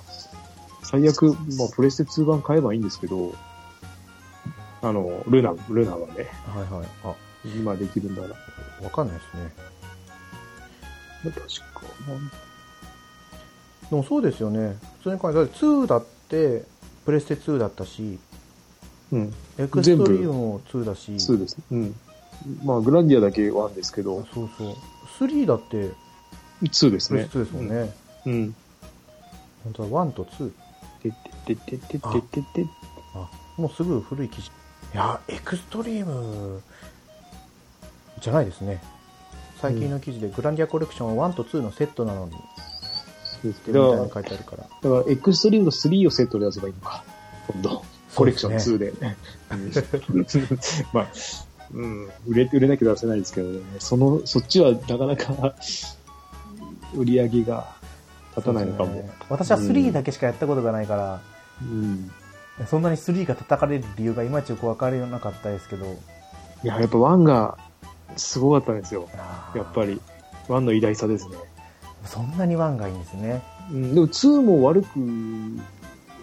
最悪、まあ、プレステ2版買えばいいんですけど、あの、ルナ、ルナはね、
はいはい。
今できるんだから。
あ、わかんないですね。
まあ確か。
でもそうですよね。普通に考えたら、2だって、プレステ2だったし、
うん、
エクストリームも2だし、
2です。うん。まあ、グランディアだけ1ですけど、
そうそう。3だって、
2です
プレ
ね
ス。テ2ですもんね。
うん。
本当は1と2。
てってってってってってって。
もうすぐ古い記事。いや、エクストリーム、じゃないですね。最近の記事で、グランディアコレクションは1と2のセットなのに、
そうですけ
みたい
ど
に書いてあるから。
だから、エクストリームの3をセットで出せばいいのか。今度、コレクション2で。 まあ、うん、売れ、売れなきゃ出せないですけどね。その、そっちはなかなか、売り上げが立たないのか
そうで
も
す。ね私は3だけしかやったことがないから、
うん。
そんなに3が叩かれる理由がいまいちよく分かれなかったですけど、
いや、やっぱ1が、すごかったんですよ。
あー
やっぱり。1の偉大さですね。
そんなに1がいいんですね。
うん、でも2も悪く、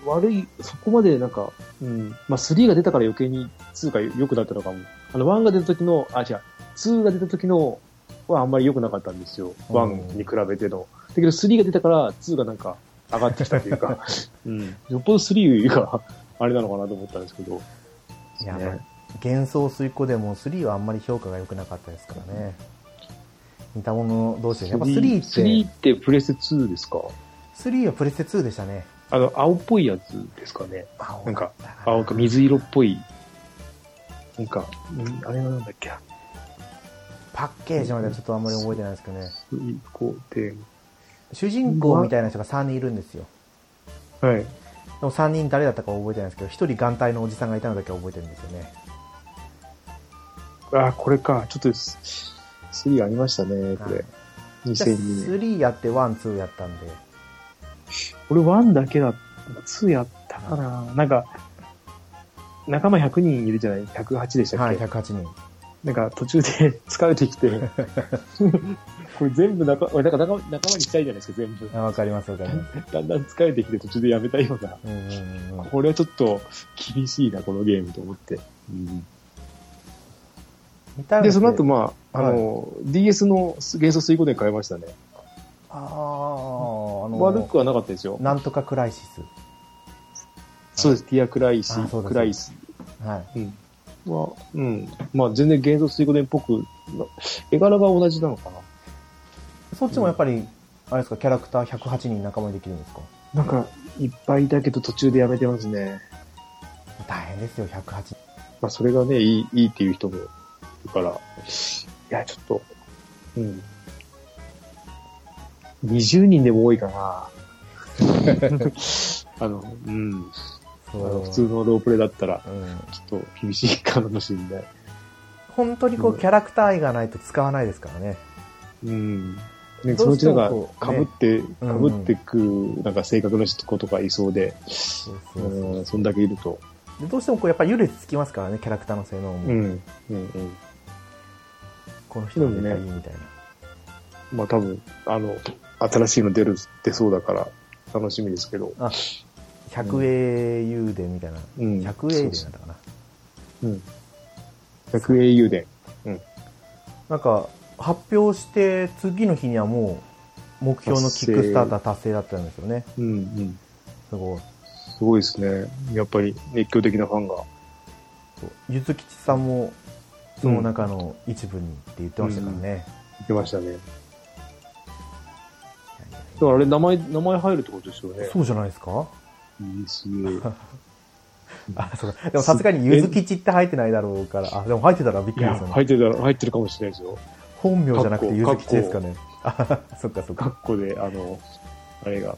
悪い、そこまでなんか、うん、まあ3が出たから余計に2が良くなったのかも。あの1が出た時の、あ、違う、2が出た時のはあんまり良くなかったんですよ。
うん
1に比べての。だけど3が出たから2がなんか上がってきたとい うか、うん、よっぽど3があれなのかなと思ったんですけど。
いや、まあ幻想水庫でも3はあんまり評価が良くなかったですからね。似たもの同士で。やっぱ
3
3って、
ってプレス2ですか
3はプレステ2でしたね。
あの、青っぽいやつですかね。
青
なんか
だ
青か水色っぽい。なんか、うんあれはなんだっけ。
パッケージまではちょっとあんまり覚えてないですけどね。
水光点。
主人公みたいな人が3人いるんですよ。
はい。
でも3人誰だったかは覚えてないですけど、1人眼帯のおじさんがいたのだけは覚えてるんですよね。
あー、これか。ちょっとす、3ありましたね、こ
は
れ
い。じゃあ
2002年。
3やって1、2やったんで。
俺1だけだ2やったかな。なんか、仲間100人いるじゃない ?108 でしたっけ、
はい、108人。
なんか途中で 疲れてきて、これ全部仲、俺なんか仲間仲間にしたいじゃないですか、全部。
あわかります、わかります。
だんだん疲れてきて途中でやめたような。
うんうんうんうん。
これはちょっと厳しいな、このゲームと思って。
似たような
で、その後、まあ、あ
はい
の、DS の幻想水滸伝変えましたね。
ああ、あの、
悪くはなかったですよ。
なんとかクライシス。
そうです、ティアクライシ
あそうだ
クライス
はい。
うん。は、うん。まあ、全然幻想水滸伝っぽくな、絵柄が同じなのかな。
そっちもやっぱり、あれですか、キャラクター108人仲間にできるんですか
なんか、いっぱいだけど途中でやめてますね。
大変ですよ、108人。
まあ、それがね、いい、いいっていう人もいるから、いや、ちょっと、うん。20人でも多いか な。あの、うん。あ
そ
の
う
普通のロープレだったら、
うん。
ちょっと厳しいかもしれない。
本当にこ
うん
う、キャラクター愛がないと使わないですからね。
うん。ね、
ど
そうのう
し
ち
て
なん
も
か、
こう
かぶって、
うん
かぶってくる、なんか性格の人とかいそうで、
そう
う、
そうそうん
そんだけいると。
でどうしてもこう、やっぱり優劣つきますからね、キャラクターの性能も。
うん。うんうん。
この人の絶対いいみたいな。
まあ多分、あの、新しいの出る、出そうだから、楽しみですけど。
100英雄伝みたいな。
うん。
100英雄伝だったかな。
うん。百英雄伝。
なんか、発表して、次の日にはもう、目標のキックスターター達成だったんですよね。
うんうん。
すごい。
すごいですね。やっぱり熱狂的なファンが。
そうゆずきちさんも、その中の一部にって言ってましたからね。
出ましたね。だ
いやい
からあれ、名前、名前入るってことですよ
や
ね。
そうじゃないですか
いいす ね。
あ、そうか。でもさすがにゆずきちって入ってないだろうから。あ、でも入ってたらびっく
い
り
や、
ですよね。
入ってたら、入ってるかもしれないですよ。
本名じゃなくてゆずきちですかね。あ、そっかそっ
か
か。
っこで、あの、あれが、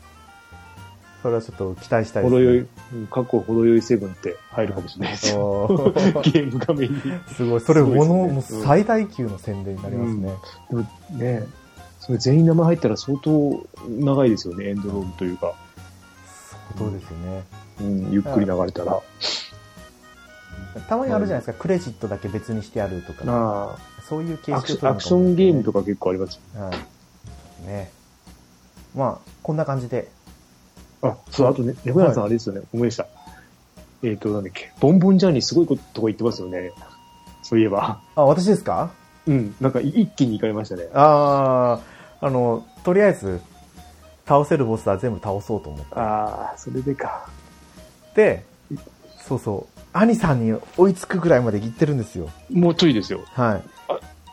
それはちょっと期待したい
程よ
で
い、うんかっこ程よいセブンって入るかもしれないです
すね。
よ。
おー
ゲーム画面に。
すごい。それ、も
す
の、
ごい
も
で
う
すねうん
最大級の宣伝になりますね。
でもね、それ全員名前入ったら相当長いですよね、エンドロールというか。
そうですよね。
うん、ゆっくり流れたら。
たまにあるじゃないですか。クレジットだけ別にしてあるとか。
あ
そういう形
あ、アクシ
式
ョンアクションゲームと
か
か結構ありますよ。
も。はい。ね。まあ、こんな感じで。
あ、そう、あとね、猫屋さんあれですよね、思い出した。えっ、と、なんだっけ、ボンボンジャーニーすごいこととこ行ってますよね。そういえば。
あ、私ですか
うん、なんかい一気に行かれましたね。
ああ、あの、とりあえず、倒せるボスは全部倒そうと思って。
ああ、それでか。
で、そうそう、兄さんに追いつくぐらいまで行ってるんですよ。
もうちょいですよ。
はい。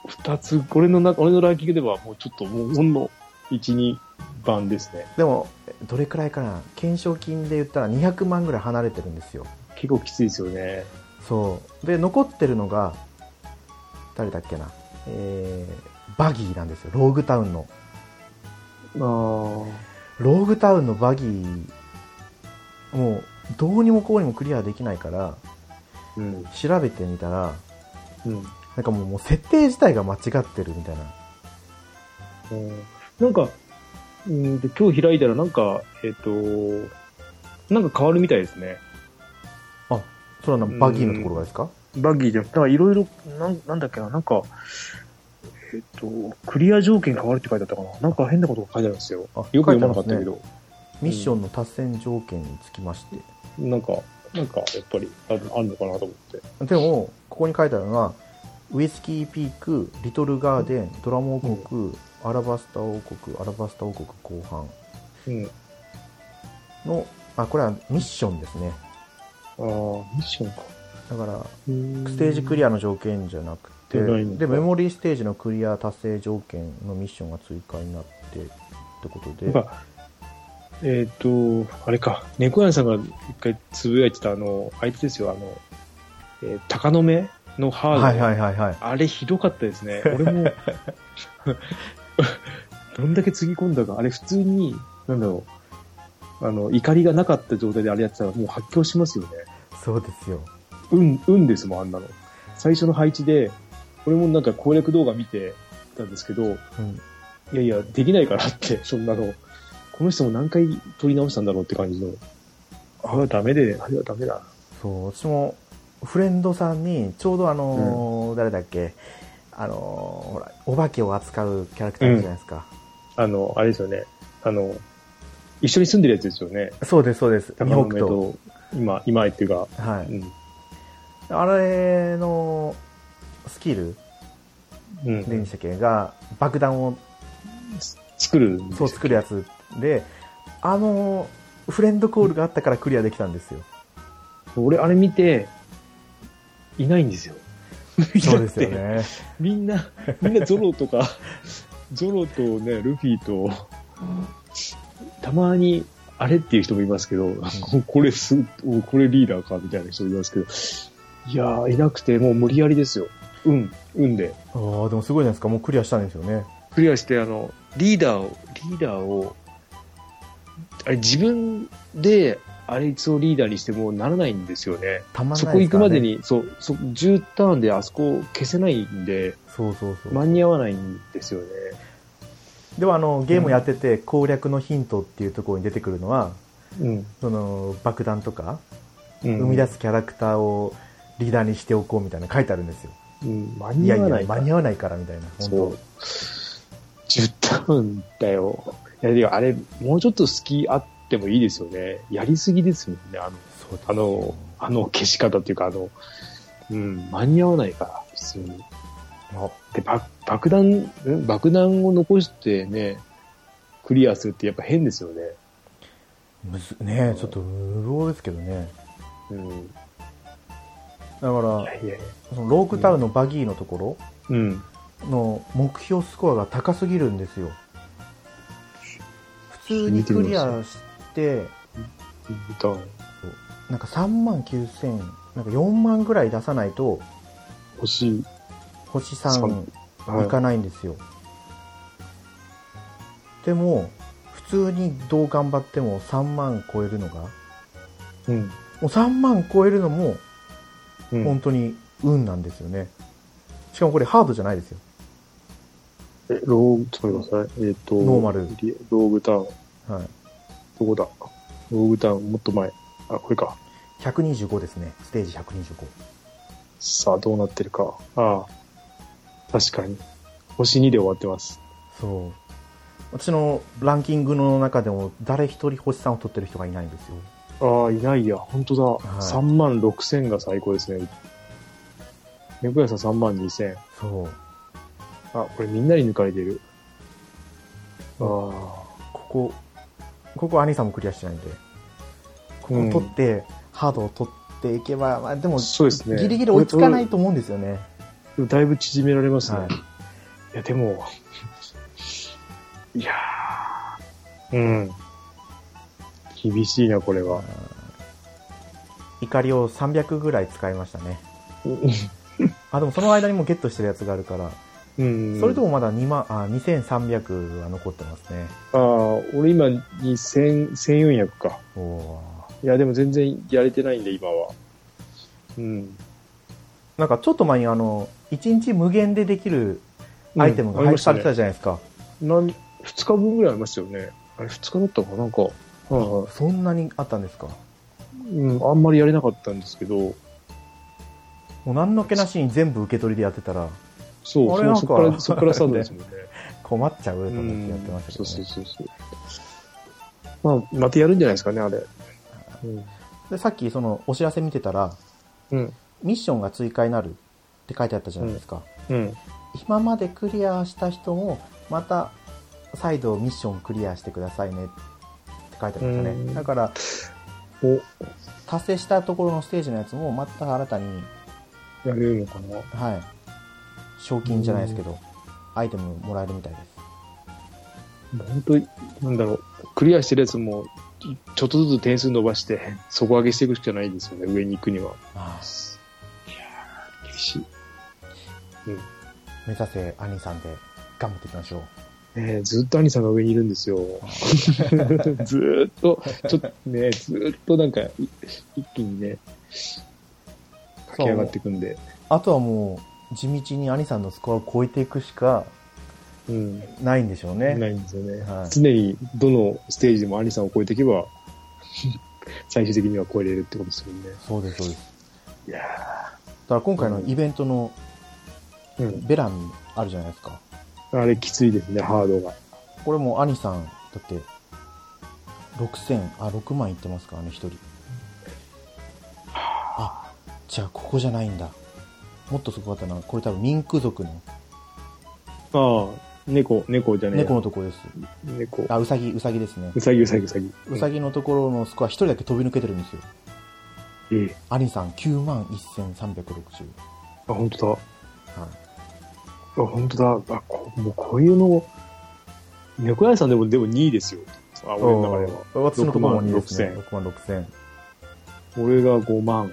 二つ、これのな、俺のランキングではもうちょっともうほんの1、2番ですね。
でも、どれくらいかな懸賞金で言ったら200万ぐらい離れてるんですよ。
結構きついですよね。
そう。で、残ってるのが、誰だっけなえー、バギーなんですよ。ローグタウンの。
ああ。
ローグタウンのバギー、もう、どうにもこうにもクリアできないから、
うん。
調べてみたら、
うん。
なんかもうもう設定自体が間違ってるみたいな。
なんか、うんと、今日開いたらなんか、えっ、と、なんか変わるみたいですね。
それはなバギーのところがですか
バギーで、なんかいろいろ、なんなんだっけな、なんか、えっ、と、クリア条件変わるって書いてあったかな。なんか変なことが書いてあるんですよ。よ
あ
く読まなかったけど、
ミッションの達成条件につきまして。
なんか、なんか、やっぱりある、あるのかなと思って。
でも、ここに書いてあるのが、ウイスキーピーク、リトルガーデン、ドラム王国、アラバスタ王国、アラバスタ王国後半
うん。
の、あ、これはミッションですね。
ああ、ミッションか。
だから、
ス
ステージク
リ
リアの条件じゃなくて
してないのか
でメモリーステージのクリア達成条件のミッションが追加になってってことで
なんか、えっ、と、あれか、猫屋さんが一回つぶやいてた、あの、あいつですよ、あの、えー、鷹の目のハード、
はいはいはいはい
あれひどかったですね。俺も、どんだけつぎ込んだか、あれ普通に、なんだろう、あの、怒りがなかった状態であれやってたら、もう発狂しますよね。
そうですよ
うん、うんですもん、あんなの。最初の配置で、俺もなんか攻略動画見てたんですけど、
うん
いやいや、できないからって、 そんなの。この人も何回撮り直したんだろうって感じの。ああ、ダメで、あれはダメだ。
そう私もフレンドさんにちょうどあのー誰だっけあのーほらお化けを扱うキャラクターいるじゃないですか、
あの、あれですよね。あの、一緒に住んでるやつですよね。
そうですそうです
高
日
野
本
目
と、
と、今、今井っていうか、
は
う
い、
ん。
あれのスキル
う
で
ん。
したっけが爆弾を
作るんです
そう
よ
作るやつであのーフレンドコールがあったからクリアできたんですよ
俺、あれ見て、いないんですよ。
そうですよね
みんな、みんなゾロとか、ゾロとね、ルフィと、たまに、あれっていう人もいますけど、これす、おこれリーダーか、みたいな人もいますけど、いやー、いなくて、もう無理やりですよ。うん、うんで。
ああでもすごいじゃないですかもうクリアしたんですよね
クリアして、あの、リーダーを、リーダーを、あれ、自分で、あれ一応リーダーにしてもならないんですよね。
たまんない
そこ行くまで
す
に、そう、そ、10ターンであそこ消せないんで、
からねそうそうそう、
間に合わないんですよね。
ではあのゲームやってて攻略のヒントっていうところに出てくるのは、
うん。
その爆弾とか
生
生み出、すキャラクターをリーダーにしておこうみたいな書いてあるんですよ
うん、間
い
に
や
合
いや
わない
間に合わないからみたいな本
そう。10ターンだよ。いや、でもあれ、もうちょっと隙あってもいいですよね。やりすぎですもんね。あの、
当そうです
あの、あの消し方っていうか、あの、うん、間に合わないから、普通に。
あ
で、ば爆弾、ん爆弾を残してね、クリアするってやっぱ変ですよね。
むずねえちょっと無謀ですけどね
うん。
だから
いやいやいや
そのロークタウンのバギーのとこ
うん。
ろの目標スコアが高すぎるんですよ普通にクリアして
と、
なんか3万9000なんか4万ぐらい出さないと
欲しい。
星
そ
3
う
いかないんですよ、でも普通にどう頑張っても3万超えるのがも
うん。
う3万超えるのも
うん
本当に運なんですよね、しかもこれハードじゃないですよ
え、ロー、ちょっと待ってください。えっ、と、
ノーマル
リローグタウン、ど
はい
こだローグタウン、もっと前。あ、これか。
125ですねステージ125
さあ、どうなってるか。ああ。確かに。星2で終わってます。
そう私のランキングの中でも誰一人星3を取ってる人がいないんですよ
ああ、いないや。本当だ。
い
3万6000が最高ですね。猫屋さん3万2000。
そう
あ、これみんなに抜かれてる。ああ。
ここここ兄さんもクリアしてないんでこ
う
こ
ん
取って、ハードを取っていけば、まあ、でも
そうですね。
ギリギリ追いつかない
こと
思うんですよね。
れ。だいぶ縮められますね。
はい
い、や、でも、いやーうん。厳しいな、こ れは。
怒りを300ぐらい使いましたね。
う
あ、でもその間にもうゲットしてるやつがあるから、
ん。
それでもまだ2万、あ、2300は残ってますね。
ああ、俺今2000、1400か。
おー
いや、でも全然やれてないんで、今は。うん。
なんかちょっと前にあの、1日無限でできるアイテムが
うんあ
配
り
布
ました
さ
ね
れてたじゃないですか。
なん、2日分ぐらいありましたよね。あれ、2日だったかななんか、はいはい
そんなにあったんですか。
うん、あんまりやれなかったんですけど、
もう何の気なしに全部受け取りでやってたら
そう、
あ
そ
れなん
う
か
そこから、そこからスタートですもんね。
困っちゃうと
う
思ってやっ
ん
てま、した
そう
け
そ
ど
う
ね。
そうそう。まあ、またやるんじゃないですかね、あれ。うん。
で、さっきそのお知らせ見てたら、
うん。
ミッションが追加になるって書いてあったじゃないですか。
うん。
今までクリアした人もまた再度ミッションクリアしてくださいねって書いてありました
うん
ねだから
お、
達成したところのステージのやつもまた新たに、
やれるのかな
はい、賞金じゃないですけど、アイテムもらえるみたいです。
本当に、なんだろう、クリアしてるやつも、ちょっとずつ点数伸ばして、底上げしていくしかないですよね、上に行くには。
ああ
厳しい。
目指せ兄さんで頑張っていきましょう。
ねえ、ずっと兄さんが上にいるん ですよ。ずーっと、ちょっとね、ずーっとなんか、い一気にね、駆け上がっていくんで。
あとはもう、地道に兄さんのスコアを超えていくしか
うん。
ないんでしょうね。
ないんですよね。
はい
常にどのステージでも兄さんを超えていけば、 最終的には超えれるってことですよね。
そうです、そうです。
いや
だから今回のイベントの
ーうん。
ベランあるじゃないですか。
あれきついですね、ハードが。
これもう兄さん、だって、6000、あ、6万いってますからね、一人。あ、じゃあここじゃないんだ。もっとすごかったな。これ多分ミンク族の
ああ、猫、猫じゃねえや
猫のところです。
猫。
あ、ウサギ、ウサギですね。
うさぎうさぎうさぎ。
ウサギのところのスコア一人だけ飛び抜けてるんですよ。
うんええ
アニさん9万1360。
あ、本当
はい。
だ。あ、本当だ。あ、こもうこういうの、猫屋さんでもでも2位ですよ。あ、俺の中では。
おー私のところも2ですね。
6
6万6000。
俺が5万。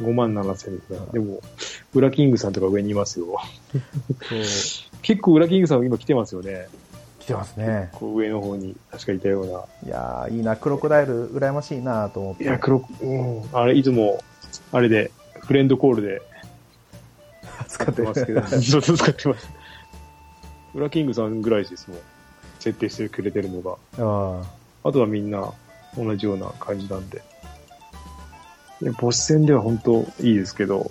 5万7千ですね。でも、ウラキングさんとか上にいますよ。
そう。
結構ウラキングさんも今来てますよね。
来てますね。
こう上の方に、確かいたような。
いやー、いいな。クロコダイル、羨ましいなと思っ
い
て。
や、黒、うん。あれ、いつも、あれで、フレンドコールで
使
やってますけど、ずっと使ってます。ウラキングさんぐらいですもん。設定してくれてるのが。
あ
あとはみんな同じような感じなんで。でボス戦では本当いいですけど、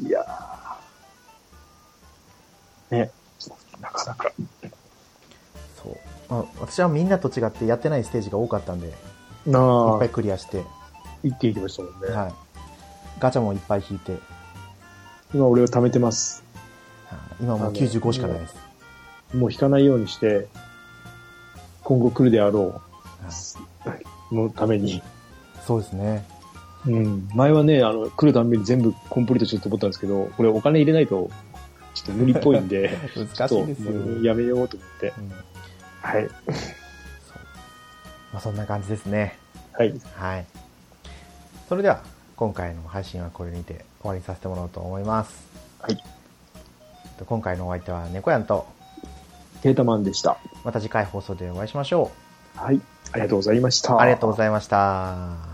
いやーね、なかなか。
そう。まあ、私はみんなと違ってやってないステージが多かったんで、いっ
な
ぱいクリアして、
一気に行きましたもんね。
はい。ガチャもいっぱい引いて、はい
今俺は貯めてます。
今もう95しかないです。
もう引かないようにして、今後来るであろ
は
う、のために。
いそうですね。
うん。前はね、あの、来るたんびに全部コンプリートしようと思ったんですけど、これお金入れないと、ちょっと無理っぽいんで、
難
ち
し
ょ
い
っ
で
と
すよ。
も
う
うんやめようと思って。はい。
そうまあ、そんな感じですね。
はい。
はい。それでは、今回の配信はこれにて終わりにさせてもらおうと思います。
はい。
と今回のお相手は猫やんと、
ケータマンでした。
また次回放送でお会いしましょ
はい。ありがとうございました。
う。ありがとうございました。